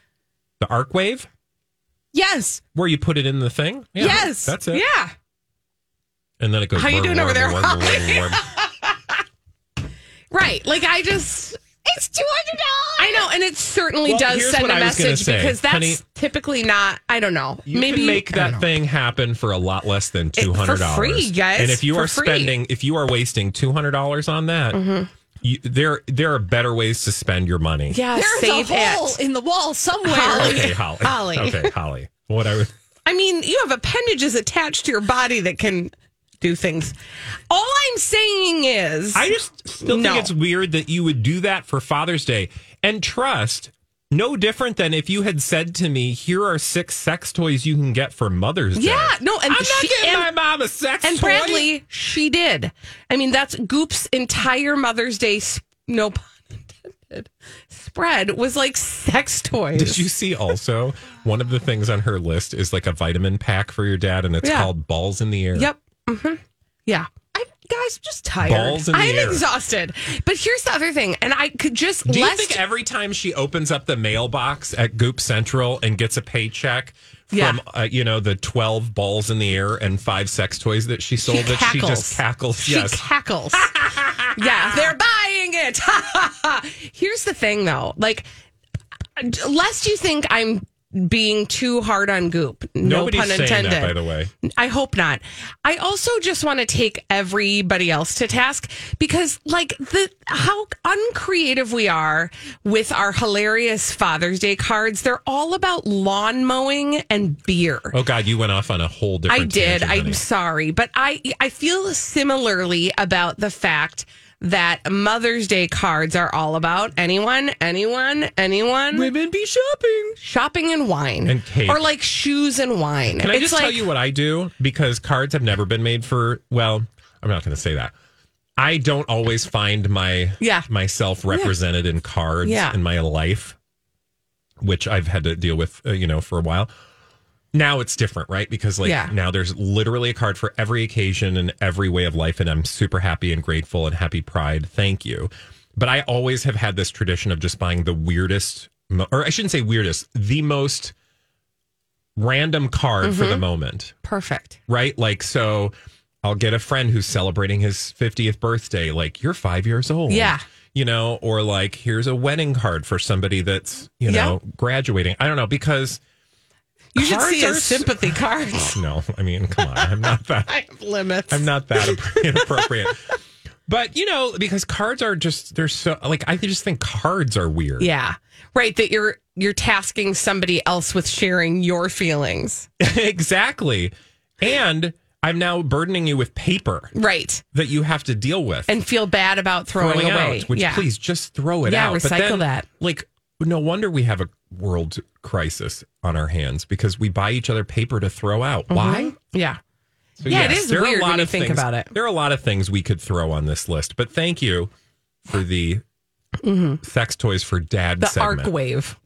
Speaker 3: the arc wave
Speaker 6: Yes.
Speaker 3: where you put it in the thing. Yeah,
Speaker 6: yes.
Speaker 3: that's it.
Speaker 2: Yeah.
Speaker 3: and then it goes.
Speaker 2: How you
Speaker 3: whirr,
Speaker 2: doing over
Speaker 3: whirr,
Speaker 2: there,
Speaker 3: whirr,
Speaker 2: Holly?
Speaker 3: whirr, whirr, whirr.
Speaker 2: Right. Like I just
Speaker 6: It's two hundred dollars.
Speaker 2: I know, and it certainly
Speaker 3: Well,
Speaker 2: does
Speaker 3: here's
Speaker 2: send
Speaker 3: what
Speaker 2: a
Speaker 3: I was gonna
Speaker 2: message
Speaker 3: say.
Speaker 2: because that's
Speaker 3: Honey,
Speaker 2: typically not I don't know.
Speaker 3: You
Speaker 2: maybe
Speaker 3: can make
Speaker 2: I don't
Speaker 3: that
Speaker 2: know.
Speaker 3: thing happen for a lot less than
Speaker 2: It-
Speaker 3: two
Speaker 2: for
Speaker 3: hundred dollars.
Speaker 2: free, guys,
Speaker 3: And if you
Speaker 2: for
Speaker 3: are
Speaker 2: free. Mm-hmm.
Speaker 3: spending, if you are wasting two hundred dollars on that, you, there there are better ways to spend your money.
Speaker 2: Yeah,
Speaker 6: There's
Speaker 2: save
Speaker 6: a hole
Speaker 2: it.
Speaker 6: in the wall somewhere.
Speaker 3: Okay, Holly.
Speaker 2: Holly.
Speaker 3: Okay, Holly. What I was
Speaker 2: I mean, you have appendages attached to your body that can do things. All I'm saying is
Speaker 3: I just still
Speaker 2: No.
Speaker 3: think it's weird that you would do that for Father's Day. And trust, no different than if you had said to me, "Here are six sex toys you can get for Mother's Day."
Speaker 2: Yeah, no, and
Speaker 3: I'm not
Speaker 2: she-
Speaker 3: getting
Speaker 2: and-
Speaker 3: my mom a sex
Speaker 2: And
Speaker 3: toy.
Speaker 2: Bradley, she did. I mean, that's Goop's entire Mother's Day, sp- no pun intended, spread was like sex toys.
Speaker 3: Did you see also one of the things on her list is like a vitamin pack for your dad, and it's
Speaker 2: Yeah.
Speaker 3: called Balls in the Air.
Speaker 2: Yep. hmm Mm-hmm. Yeah.
Speaker 6: I,
Speaker 2: guys, I'm just tired.
Speaker 3: Balls in the
Speaker 2: I'm
Speaker 3: air.
Speaker 2: exhausted. But here's the other thing, and I could just
Speaker 3: Do you
Speaker 2: lest
Speaker 3: think every time she opens up the mailbox at Goop Central and gets a paycheck from
Speaker 2: Yeah.
Speaker 3: uh, you know the twelve balls in the air and five sex toys that she sold that she just cackles?
Speaker 2: She
Speaker 3: yes,
Speaker 2: cackles. yeah, they're buying it. Here's the thing, though. Like, lest you think I'm being too hard on Goop. No
Speaker 3: nobody's
Speaker 2: pun
Speaker 3: saying
Speaker 2: intended.
Speaker 3: that by the way.
Speaker 2: I hope not. I also just want to take everybody else to task because like the how uncreative we are with our hilarious Father's Day cards. They're all about lawn mowing and beer.
Speaker 3: Oh God, you went off on a whole different.
Speaker 2: I did.
Speaker 3: tangent, honey.
Speaker 2: I'm sorry, but I I feel similarly about the fact that Mother's Day cards are all about anyone, anyone, anyone.
Speaker 3: Women be shopping,
Speaker 2: shopping and wine,
Speaker 3: And cake.
Speaker 2: or like shoes and wine.
Speaker 3: Can I
Speaker 2: It's
Speaker 3: just
Speaker 2: like,
Speaker 3: tell you what I do? Because cards have never been made for. Well, I'm not going to say that. I don't always find my
Speaker 2: Yeah.
Speaker 3: myself represented in cards
Speaker 2: Yeah.
Speaker 3: in my life, which I've had to deal with, uh, you know, for a while. Now it's different, right? Because like
Speaker 2: Yeah.
Speaker 3: now there's literally a card for every occasion and every way of life, and I'm super happy and grateful and happy pride. Thank you. But I always have had this tradition of just buying the weirdest, mo- or I shouldn't say weirdest, the most random card for the
Speaker 2: Mhm.
Speaker 3: moment,
Speaker 2: perfect.
Speaker 3: right? Like, so I'll get a friend who's celebrating his 50th birthday, like, you're five years old.
Speaker 2: Yeah.
Speaker 3: You know, or like, here's a wedding card for somebody that's, you
Speaker 2: Yeah.
Speaker 3: know, graduating. I don't know, because
Speaker 2: You should
Speaker 3: cards
Speaker 2: see
Speaker 3: are
Speaker 2: his
Speaker 3: s-
Speaker 2: sympathy cards.
Speaker 3: no, I mean, come on, I'm not that.
Speaker 2: I have limits.
Speaker 3: I'm not that inappropriate. But you know, because cards are just they're so like I just think cards are weird.
Speaker 2: Yeah. Right. That you're you're tasking somebody else with sharing your feelings.
Speaker 3: exactly. And I'm now burdening you with paper
Speaker 2: Right.
Speaker 3: that you have to deal with.
Speaker 2: And feel bad about throwing, away.
Speaker 3: out, which
Speaker 2: yeah.
Speaker 3: please just throw it
Speaker 2: Yeah,
Speaker 3: out.
Speaker 2: recycle that.
Speaker 3: Like, no wonder we have a world crisis on our hands because we buy each other paper to throw out. Why?
Speaker 2: Mhm. Yeah.
Speaker 3: So,
Speaker 2: yeah, it
Speaker 3: yes,
Speaker 2: is
Speaker 3: there are a
Speaker 2: weird
Speaker 3: lot
Speaker 2: when you
Speaker 3: of
Speaker 2: think
Speaker 3: things-
Speaker 2: about it.
Speaker 3: There are a lot of things we could throw on this list, but thank you for the
Speaker 2: Mhm.
Speaker 3: sex toys for dad
Speaker 2: The
Speaker 3: segment.
Speaker 2: arc wave.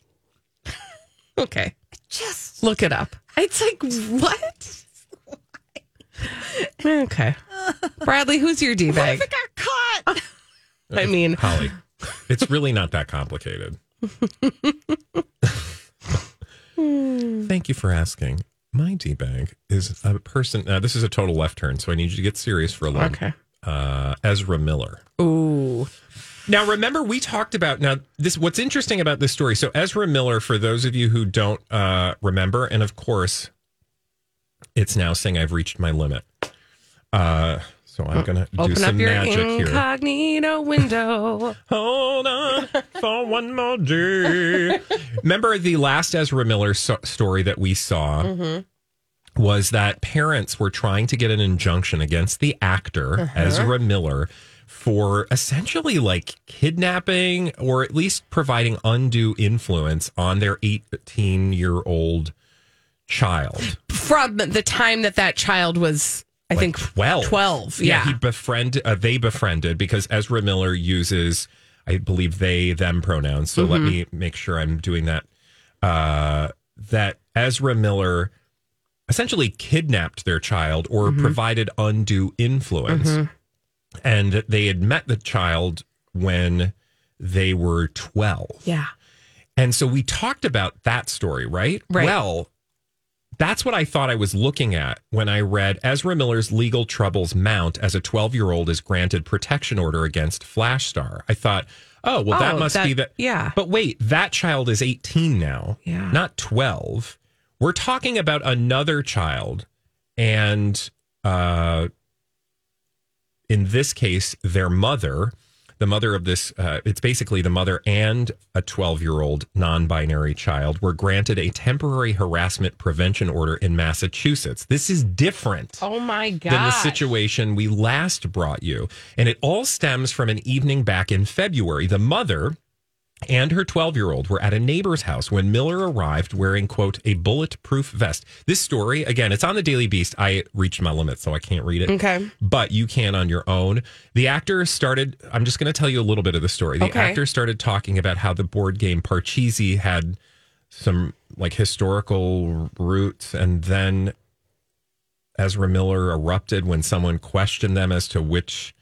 Speaker 2: okay. Just look it up. It's like what? okay. Bradley, who's your D bag? I mean-
Speaker 3: Holly, it's really not that complicated. Thank you for asking. My D bag is a person. Now, this is a total left turn, so I need you to get serious for a little.
Speaker 2: Okay.
Speaker 3: Uh, Ezra Miller.
Speaker 2: Ooh.
Speaker 3: Now, remember we talked about now this. What's interesting about this story? So Ezra Miller, for those of you who don't uh, remember, and of course, it's now saying I've reached my limit. Uh, so I'm gonna do
Speaker 2: Open
Speaker 3: some
Speaker 2: up your
Speaker 3: magic here.
Speaker 2: incognito window.
Speaker 3: Hold on for one more day. Remember the last Ezra Miller so- story that we saw
Speaker 2: Mhm.
Speaker 3: was that parents were trying to get an injunction against the actor
Speaker 2: Uh-huh.
Speaker 3: Ezra Miller for essentially like kidnapping or at least providing undue influence on their 18 year old child.
Speaker 2: From the time that that child was, I
Speaker 3: Like
Speaker 2: think,
Speaker 3: 12.
Speaker 2: 12. Yeah.
Speaker 3: he befriend uh, they befriended because Ezra Miller uses I believe they them pronouns. So let
Speaker 2: Mhm.
Speaker 3: me make sure I'm doing that. Uh that Ezra Miller essentially kidnapped their child or
Speaker 2: Mhm.
Speaker 3: provided undue influence.
Speaker 2: Mhm.
Speaker 3: And they had met the child when they were 12.
Speaker 2: Yeah.
Speaker 3: And so we talked about that story, right?
Speaker 2: Right.
Speaker 3: Well, that's what I thought I was looking at when I read Ezra Miller's legal troubles mount as a 12 year old is granted protection order against Flash Star. I thought, oh, well, that
Speaker 2: Oh,
Speaker 3: must be that.
Speaker 2: Yeah.
Speaker 3: But wait, that child is 18 now,
Speaker 2: Yeah.
Speaker 3: not 12. We're talking about another child. And uh, in this case, their mother, the mother of this, uh, it's basically the mother and a 12 year old non binary child, were granted a temporary harassment prevention order in Massachusetts. This is different
Speaker 2: Oh my God.
Speaker 3: than the situation we last brought you. And it all stems from an evening back in February. The mother and her 12 year old were at a neighbor's house when Miller arrived wearing, quote, a bulletproof vest. This story, again, it's on the Daily Beast. I reached my limit, so I can't read it.
Speaker 2: Okay.
Speaker 3: But you can on your own. The actor started, I'm just going to tell you a little bit of the story. The
Speaker 2: Okay.
Speaker 3: actor started talking about how the board game Parcheesi had some like historical roots and then Ezra Miller erupted when someone questioned them as to which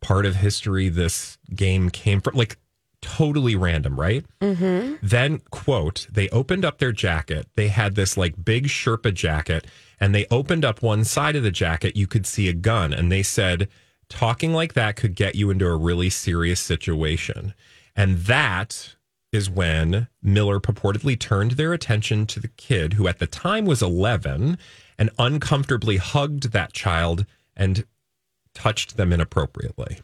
Speaker 3: part of history this game came from. Like totally random, right?
Speaker 2: Mm-hmm.
Speaker 3: Then, quote, they opened up their jacket. They had this like big Sherpa jacket, and they opened up one side of the jacket. You could see a gun. And they said, talking like that could get you into a really serious situation. And that is when Miller purportedly turned their attention to the kid who at the time was 11 and uncomfortably hugged that child and touched them inappropriately.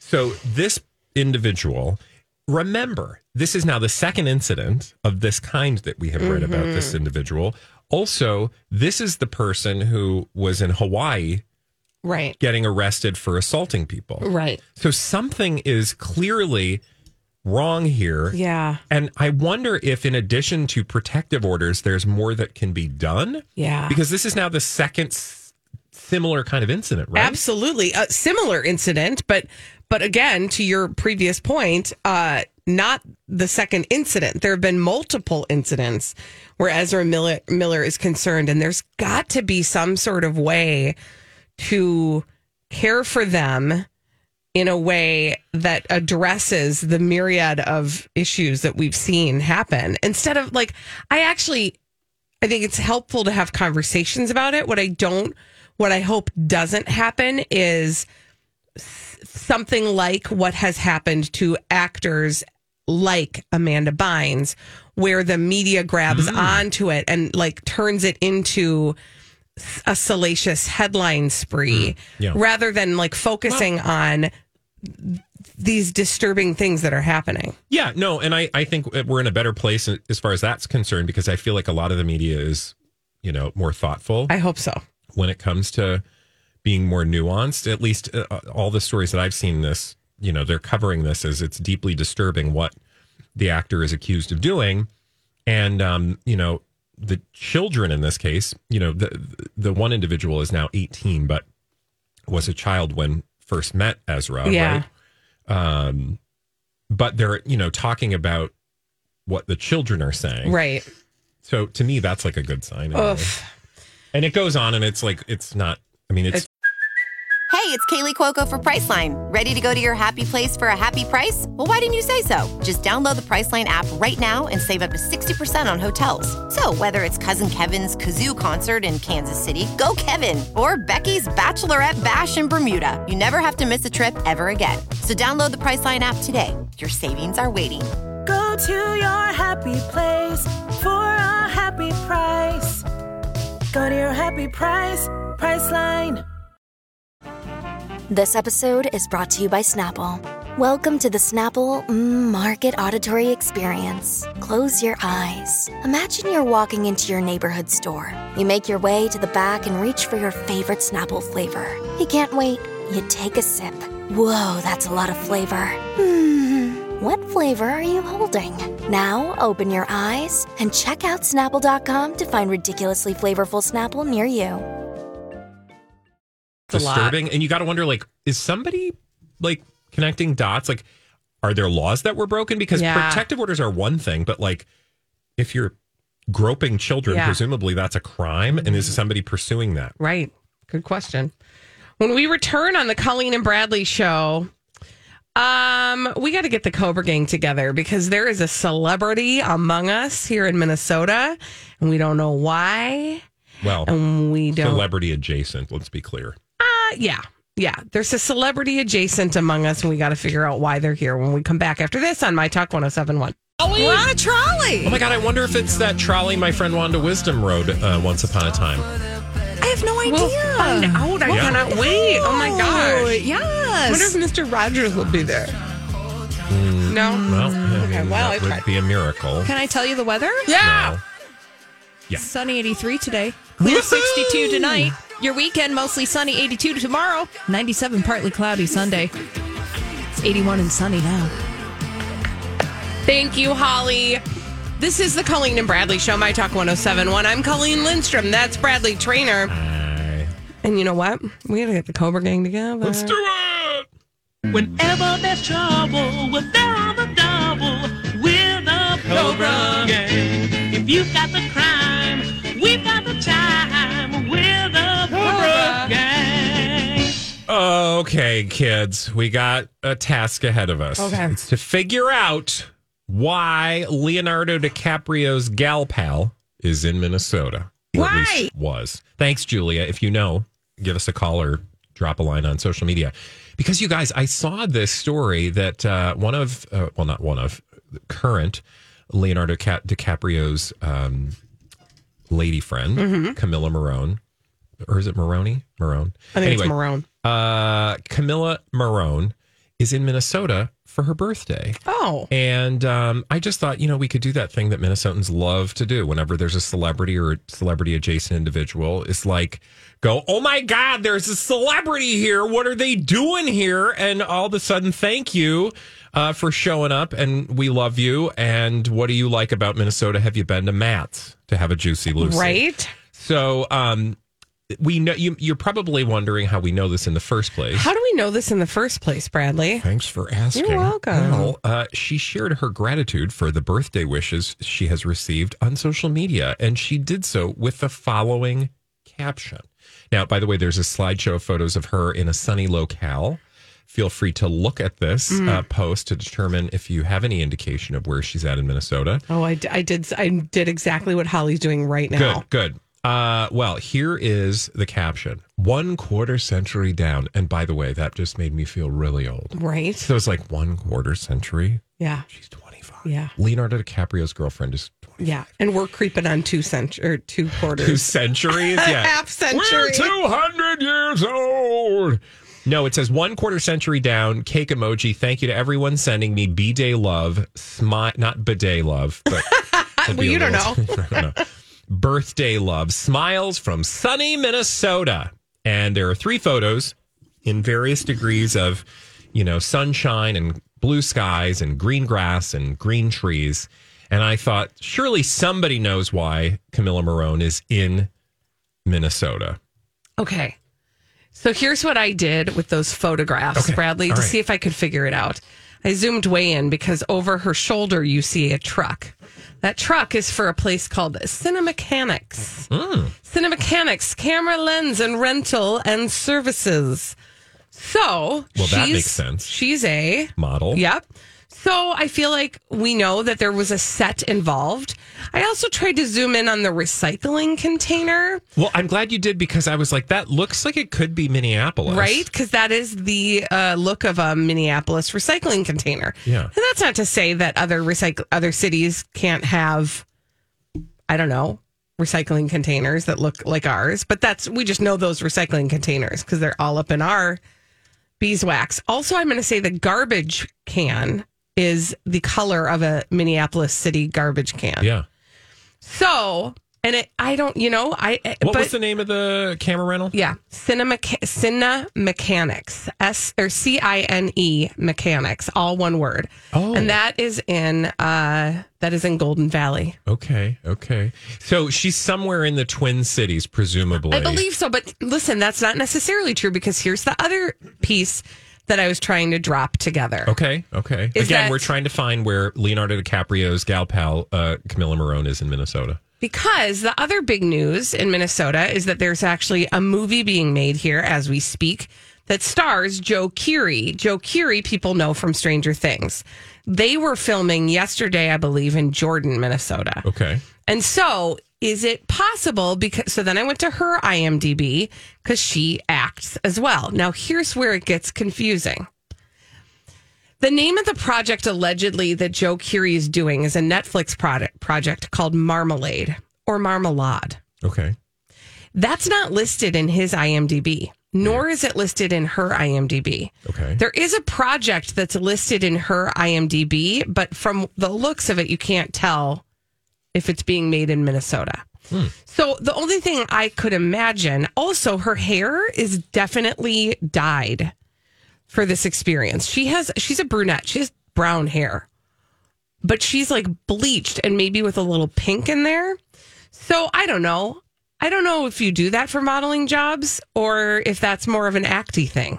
Speaker 3: So this individual. Remember, this is now the second incident of this kind that we have read about
Speaker 2: Mhm.
Speaker 3: this individual. Also, this is the person who was in Hawaii
Speaker 2: Right.
Speaker 3: getting arrested for assaulting people.
Speaker 2: Right.
Speaker 3: So something is clearly wrong here.
Speaker 2: Yeah.
Speaker 3: And I wonder if, in addition to protective orders, there's more that can be done.
Speaker 2: Yeah.
Speaker 3: Because this is now the second s- similar kind of incident, right?
Speaker 2: Absolutely. A similar incident, but but again, to your previous point, uh, not the second incident. There have been multiple incidents where Ezra Miller, Miller is concerned, and there's got to be some sort of way to care for them in a way that addresses the myriad of issues that we've seen happen instead of like i actually i think it's helpful to have conversations about it what i don't what i hope doesn't happen is s- something like what has happened to actors like amanda bynes where the media grabs onto it and like turns it into s- a salacious headline spree
Speaker 14: yeah.
Speaker 2: rather than like focusing on these disturbing things that are happening.
Speaker 3: Yeah, no, and I, I think we're in a better place as far as that's concerned because I feel like a lot of the media is, you know, more thoughtful.
Speaker 2: I hope so.
Speaker 3: When it comes to being more nuanced, at least uh, all the stories that I've seen this, you know, they're covering this as it's deeply disturbing what the actor is accused of doing. And, um, you know, the children in this case, you know, the, the one individual is now 18, but was a child when first met Ezra,
Speaker 2: Yeah.
Speaker 3: right? Um, but they're you know talking about what the children are saying,
Speaker 2: Right.
Speaker 3: So to me, that's like a good sign. anyway.
Speaker 2: Oof.
Speaker 3: And it goes on, and it's like it's not. I mean, it's,
Speaker 10: Hey, it's Kaylee Cuoco for Priceline. Ready to go to your happy place for a happy price? Well, why didn't you say so? Just download the Priceline app right now and save up to 60% on hotels. So, whether it's Cousin Kevin's Kazoo concert in Kansas City, go Kevin, or Becky's Bachelorette Bash in Bermuda, you never have to miss a trip ever again. So, download the Priceline app today. Your savings are waiting.
Speaker 15: Go to your happy place for a happy price. Go to your happy price, Priceline.
Speaker 13: This episode is brought to you by Snapple. Welcome to the Snapple mm, Market Auditory Experience. Close your eyes. Imagine you're walking into your neighborhood store. You make your way to the back and reach for your favorite Snapple flavor. You can't wait. You take a sip. Whoa, that's a lot of flavor. Hmm. What flavor are you holding? Now open your eyes and check out Snapple.com to find ridiculously flavorful Snapple near you.
Speaker 2: It's a lot.
Speaker 3: disturbing, and you got to wonder like, is somebody like connecting dots? Like, are there laws that were broken? Because
Speaker 2: Yeah.
Speaker 3: protective orders are one thing, but like, if you're groping children,
Speaker 2: Yeah. Mm-hmm.
Speaker 3: presumably that's a crime, and is somebody pursuing that?
Speaker 2: Right. Good question. When we return on the Colleen and Bradley show, um, we got to get the Cobra Gang together because there is a celebrity among us here in Minnesota, and we don't know why.
Speaker 3: Well,
Speaker 2: and we don't.
Speaker 3: celebrity adjacent. Let's be clear.
Speaker 2: Uh, yeah. Yeah. There's a celebrity adjacent among us, and we got to figure out why they're here when we come back after this on My Talk 1071.
Speaker 3: We're on a
Speaker 2: trolley.
Speaker 3: Oh my god! I wonder if it's that trolley my friend Wanda Wisdom rode uh, once upon a time.
Speaker 2: I have no idea. We'll find out. I
Speaker 3: Yeah.
Speaker 2: cannot wait. Oh my gosh.
Speaker 6: Yes.
Speaker 2: wonder if Mr. Rogers will be there.
Speaker 3: Mm,
Speaker 2: No?
Speaker 3: Well, I
Speaker 6: Uh, Okay,
Speaker 3: mean,
Speaker 6: well, I
Speaker 3: that would
Speaker 6: tried.
Speaker 3: be a miracle.
Speaker 6: Can I tell you the weather?
Speaker 3: Yeah. Yeah.
Speaker 6: Sunny 83 today. Clear 62 tonight. Your weekend mostly sunny 82 tomorrow. 97 partly cloudy Sunday. It's 81 and sunny now.
Speaker 2: Thank you, Holly. This is the Colleen and Bradley Show, My Talk 1071. I'm Colleen Lindstrom. That's Bradley Trainer. And you know what? We got to get the Cobra Gang together.
Speaker 3: Let's do it.
Speaker 15: Whenever there's trouble, we're there on the double. We're the Cobra Gang. If you've got the crime, we've got the time. We're the Cobra,
Speaker 3: Okay, kids, we got a task ahead of us.
Speaker 2: Okay.
Speaker 3: It's to figure out why Leonardo DiCaprio's gal pal is in Minnesota. Or at
Speaker 2: Why?
Speaker 3: least Was. Thanks, Julia. If you know, give us a call or drop a line on social media. Because you guys, I saw this story that uh, one of, uh, well, not one of, current Leonardo Ca- DiCaprio's um, lady friend,
Speaker 2: Mm-hmm.
Speaker 3: Camilla Marone, or is it Maroney? Marone.
Speaker 2: I think it's Marone.
Speaker 3: Uh, Camilla Marone is in Minnesota for her birthday.
Speaker 2: Oh.
Speaker 3: And um, I just thought, you know, we could do that thing that Minnesotans love to do whenever there's a celebrity or a celebrity adjacent individual. It's like, go, oh my God, there's a celebrity here. What are they doing here? And all of a sudden, thank you uh, for showing up and we love you. And what do you like about Minnesota? Have you been to Matt's to have a Juicy Lucy?
Speaker 2: Right?
Speaker 3: So, um, we know you, you're probably wondering how we know this in the first place.
Speaker 2: How do we know this in the first place, Bradley?
Speaker 3: Thanks for asking.
Speaker 2: You're welcome.
Speaker 3: Well, uh, she shared her gratitude for the birthday wishes she has received on social media, and she did so with the following caption. Now, by the way, there's a slideshow of photos of her in a sunny locale. Feel free to look at this
Speaker 2: Mm.
Speaker 3: uh, post to determine if you have any indication of where she's at in Minnesota.
Speaker 2: Oh, I, d- I did I did exactly what Holly's doing right now.
Speaker 3: Good, good. Uh, well, here is the caption one quarter century down. And by the way, that just made me feel really old.
Speaker 2: Right?
Speaker 3: So it's like one quarter century.
Speaker 2: Yeah.
Speaker 3: She's 25.
Speaker 2: Yeah.
Speaker 3: Leonardo DiCaprio's girlfriend is
Speaker 2: Yeah. And we're creeping on two cent or two quarters.
Speaker 3: two centuries. Yeah.
Speaker 2: Half century.
Speaker 3: We're 200 years old. No, it says one quarter century down. Cake emoji. Thank you to everyone sending me B day love. Smile, not bidet love, but.
Speaker 2: Well, you don't
Speaker 3: know. Birthday love. Smiles from sunny Minnesota. And there are three photos in various degrees of, you know, sunshine and blue skies and green grass and green trees. And I thought, surely somebody knows why Camilla Marone is in Minnesota.
Speaker 2: Okay. So here's what I did with those photographs, Bradley,
Speaker 3: All
Speaker 2: to
Speaker 3: right.
Speaker 2: see if I could figure it out. I zoomed way in because over her shoulder you see a truck. That truck is for a place called Cinemechanics.
Speaker 3: Hmm.
Speaker 2: Cinemechanics camera lens and rental and services. So
Speaker 3: Well, that
Speaker 2: she's-
Speaker 3: makes sense.
Speaker 2: She's a
Speaker 3: Model.
Speaker 2: Yep. So I feel like we know that there was a set involved. I also tried to zoom in on the recycling container.
Speaker 3: Well, I'm glad you did because I was like, that looks like it could be Minneapolis.
Speaker 2: Right? Because that is the uh, look of a Minneapolis recycling container.
Speaker 3: Yeah.
Speaker 2: And that's not to say that other recycle other cities can't have, I don't know, recycling containers that look like ours. But that's we just know those recycling containers because they're all up in our beeswax. Also, I'm going to say the garbage can is the color of a Minneapolis city garbage can.
Speaker 3: Yeah.
Speaker 2: So, and it, I don't, you know, I.
Speaker 3: What
Speaker 2: but,
Speaker 3: was the name of the camera rental?
Speaker 2: yeah, cinema Cine Mechanics S or C I N E Mechanics, all one word.
Speaker 3: Oh.
Speaker 2: and that is in uh that is in Golden Valley.
Speaker 3: Okay. Okay. So she's somewhere in the Twin Cities, presumably.
Speaker 2: I believe so, but listen, that's not necessarily true because here's the other piece that I was trying to drop together.
Speaker 3: Okay. Okay.
Speaker 2: Is
Speaker 3: Again,
Speaker 2: that-
Speaker 3: we're trying to find where Leonardo DiCaprio's gal pal uh, Camilla Marone is in Minnesota.
Speaker 2: Because the other big news in Minnesota is that there's actually a movie being made here as we speak that stars Joe Keery. Joe Keery, people know from Stranger Things. They were filming yesterday, I believe, in Jordan, Minnesota.
Speaker 3: Okay.
Speaker 2: And so, is it possible? Because so then I went to her IMDb because she acts as well. Now, here's where it gets confusing. The name of the project allegedly that Joe Curie is doing is a Netflix product project called Marmalade or Marmalade.
Speaker 3: Okay.
Speaker 2: That's not listed in his IMDb, nor is it listed in her IMDb.
Speaker 3: Okay.
Speaker 2: There is a project that's listed in her IMDb, but from the looks of it, you can't tell if it's being made in Minnesota. So the only thing I could imagine, also, her hair is definitely dyed for this experience. She has, she's a brunette, she has brown hair, but she's like bleached and maybe with a little pink in there. So I don't know. I don't know if you do that for modeling jobs or if that's more of an acty thing.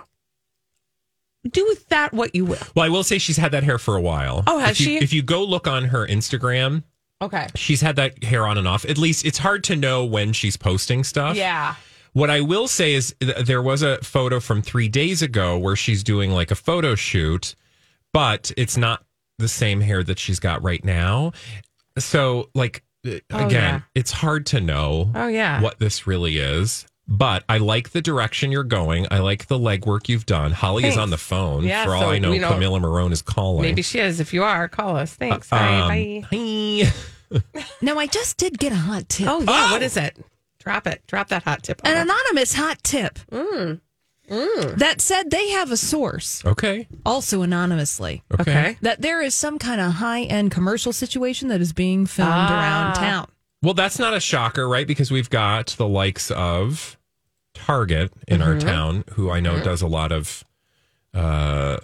Speaker 2: Do with that what you will.
Speaker 3: Well, I will say she's had that hair for a while.
Speaker 2: Oh, has
Speaker 3: If you-
Speaker 2: she?
Speaker 3: If you go look on her Instagram,
Speaker 2: Okay.
Speaker 3: she's had that hair on and off. At least it's hard to know when she's posting stuff.
Speaker 2: Yeah.
Speaker 3: What I will say is th- there was a photo from three days ago where she's doing like a photo shoot, but it's not the same hair that she's got right now. So, like, uh,
Speaker 2: Oh,
Speaker 3: again,
Speaker 2: yeah.
Speaker 3: it's hard to know
Speaker 2: Oh, yeah.
Speaker 3: what this really is. But I like the direction you're going. I like the legwork you've done. Holly
Speaker 2: Thanks.
Speaker 3: is on the phone.
Speaker 2: Yeah,
Speaker 3: For all
Speaker 2: so
Speaker 3: I know,
Speaker 2: we don't-
Speaker 3: Camilla Marone is calling.
Speaker 2: Maybe she is. If you are, call us. Thanks.
Speaker 3: Uh, um,
Speaker 2: All right,
Speaker 3: bye.
Speaker 6: Now, I just did get a hot tip.
Speaker 2: Oh, yeah. What is it? Drop it. Drop that hot tip. on
Speaker 6: An
Speaker 2: us.
Speaker 6: anonymous hot tip
Speaker 2: Mm,
Speaker 6: that said they have a source,
Speaker 3: Okay.
Speaker 6: also anonymously.
Speaker 3: Okay. Okay.
Speaker 6: That there is some kind of high end commercial situation that is being filmed
Speaker 2: Ah.
Speaker 6: around town.
Speaker 3: Well, that's not a shocker, right? Because we've got the likes of Target in our
Speaker 6: Mhm.
Speaker 2: Mm-hmm.
Speaker 3: town, who I know
Speaker 6: Mhm.
Speaker 3: does a lot of uh,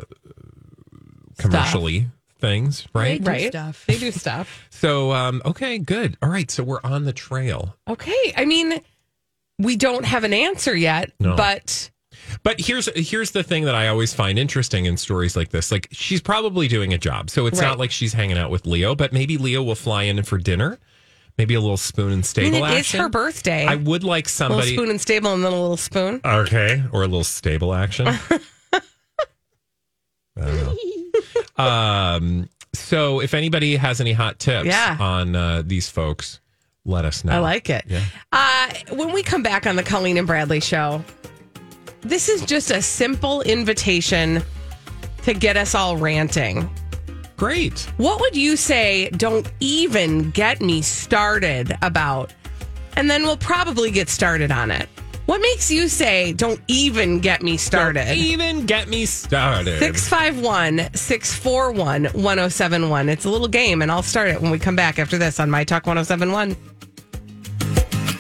Speaker 3: commercially things, right?
Speaker 2: They do stuff. They do stuff.
Speaker 3: So, um, okay, good. All right. So we're on the trail.
Speaker 2: Okay. I mean, we don't have an answer yet,
Speaker 3: No.
Speaker 2: but
Speaker 3: But here's here's the thing that I always find interesting in stories like this. Like she's probably doing a job, so it's
Speaker 2: Right.
Speaker 3: not like she's hanging out with Leo. But maybe Leo will fly in for dinner, maybe a little spoon and
Speaker 2: I mean,
Speaker 3: stable
Speaker 2: it is
Speaker 3: action.
Speaker 2: her birthday.
Speaker 3: I Uh, would like
Speaker 2: little
Speaker 3: somebody
Speaker 2: spoon and stable, and then a little spoon.
Speaker 3: Okay. Or a little stable action. I don't know. Um, so if anybody has any hot tips
Speaker 2: Yeah.
Speaker 3: on uh, these folks, let us know.
Speaker 2: I like it.
Speaker 3: Yeah.
Speaker 2: Uh, when we come back on the Colleen and Bradley show, this is just a simple invitation to get us all ranting.
Speaker 3: Great.
Speaker 2: What would you say, don't even get me started about? And then we'll probably get started on it. What makes you say, don't even get me started?
Speaker 3: Even get me started.
Speaker 2: 651 oh 641 1071. It's a little game, and I'll start it when we come back after this on My Talk 1071.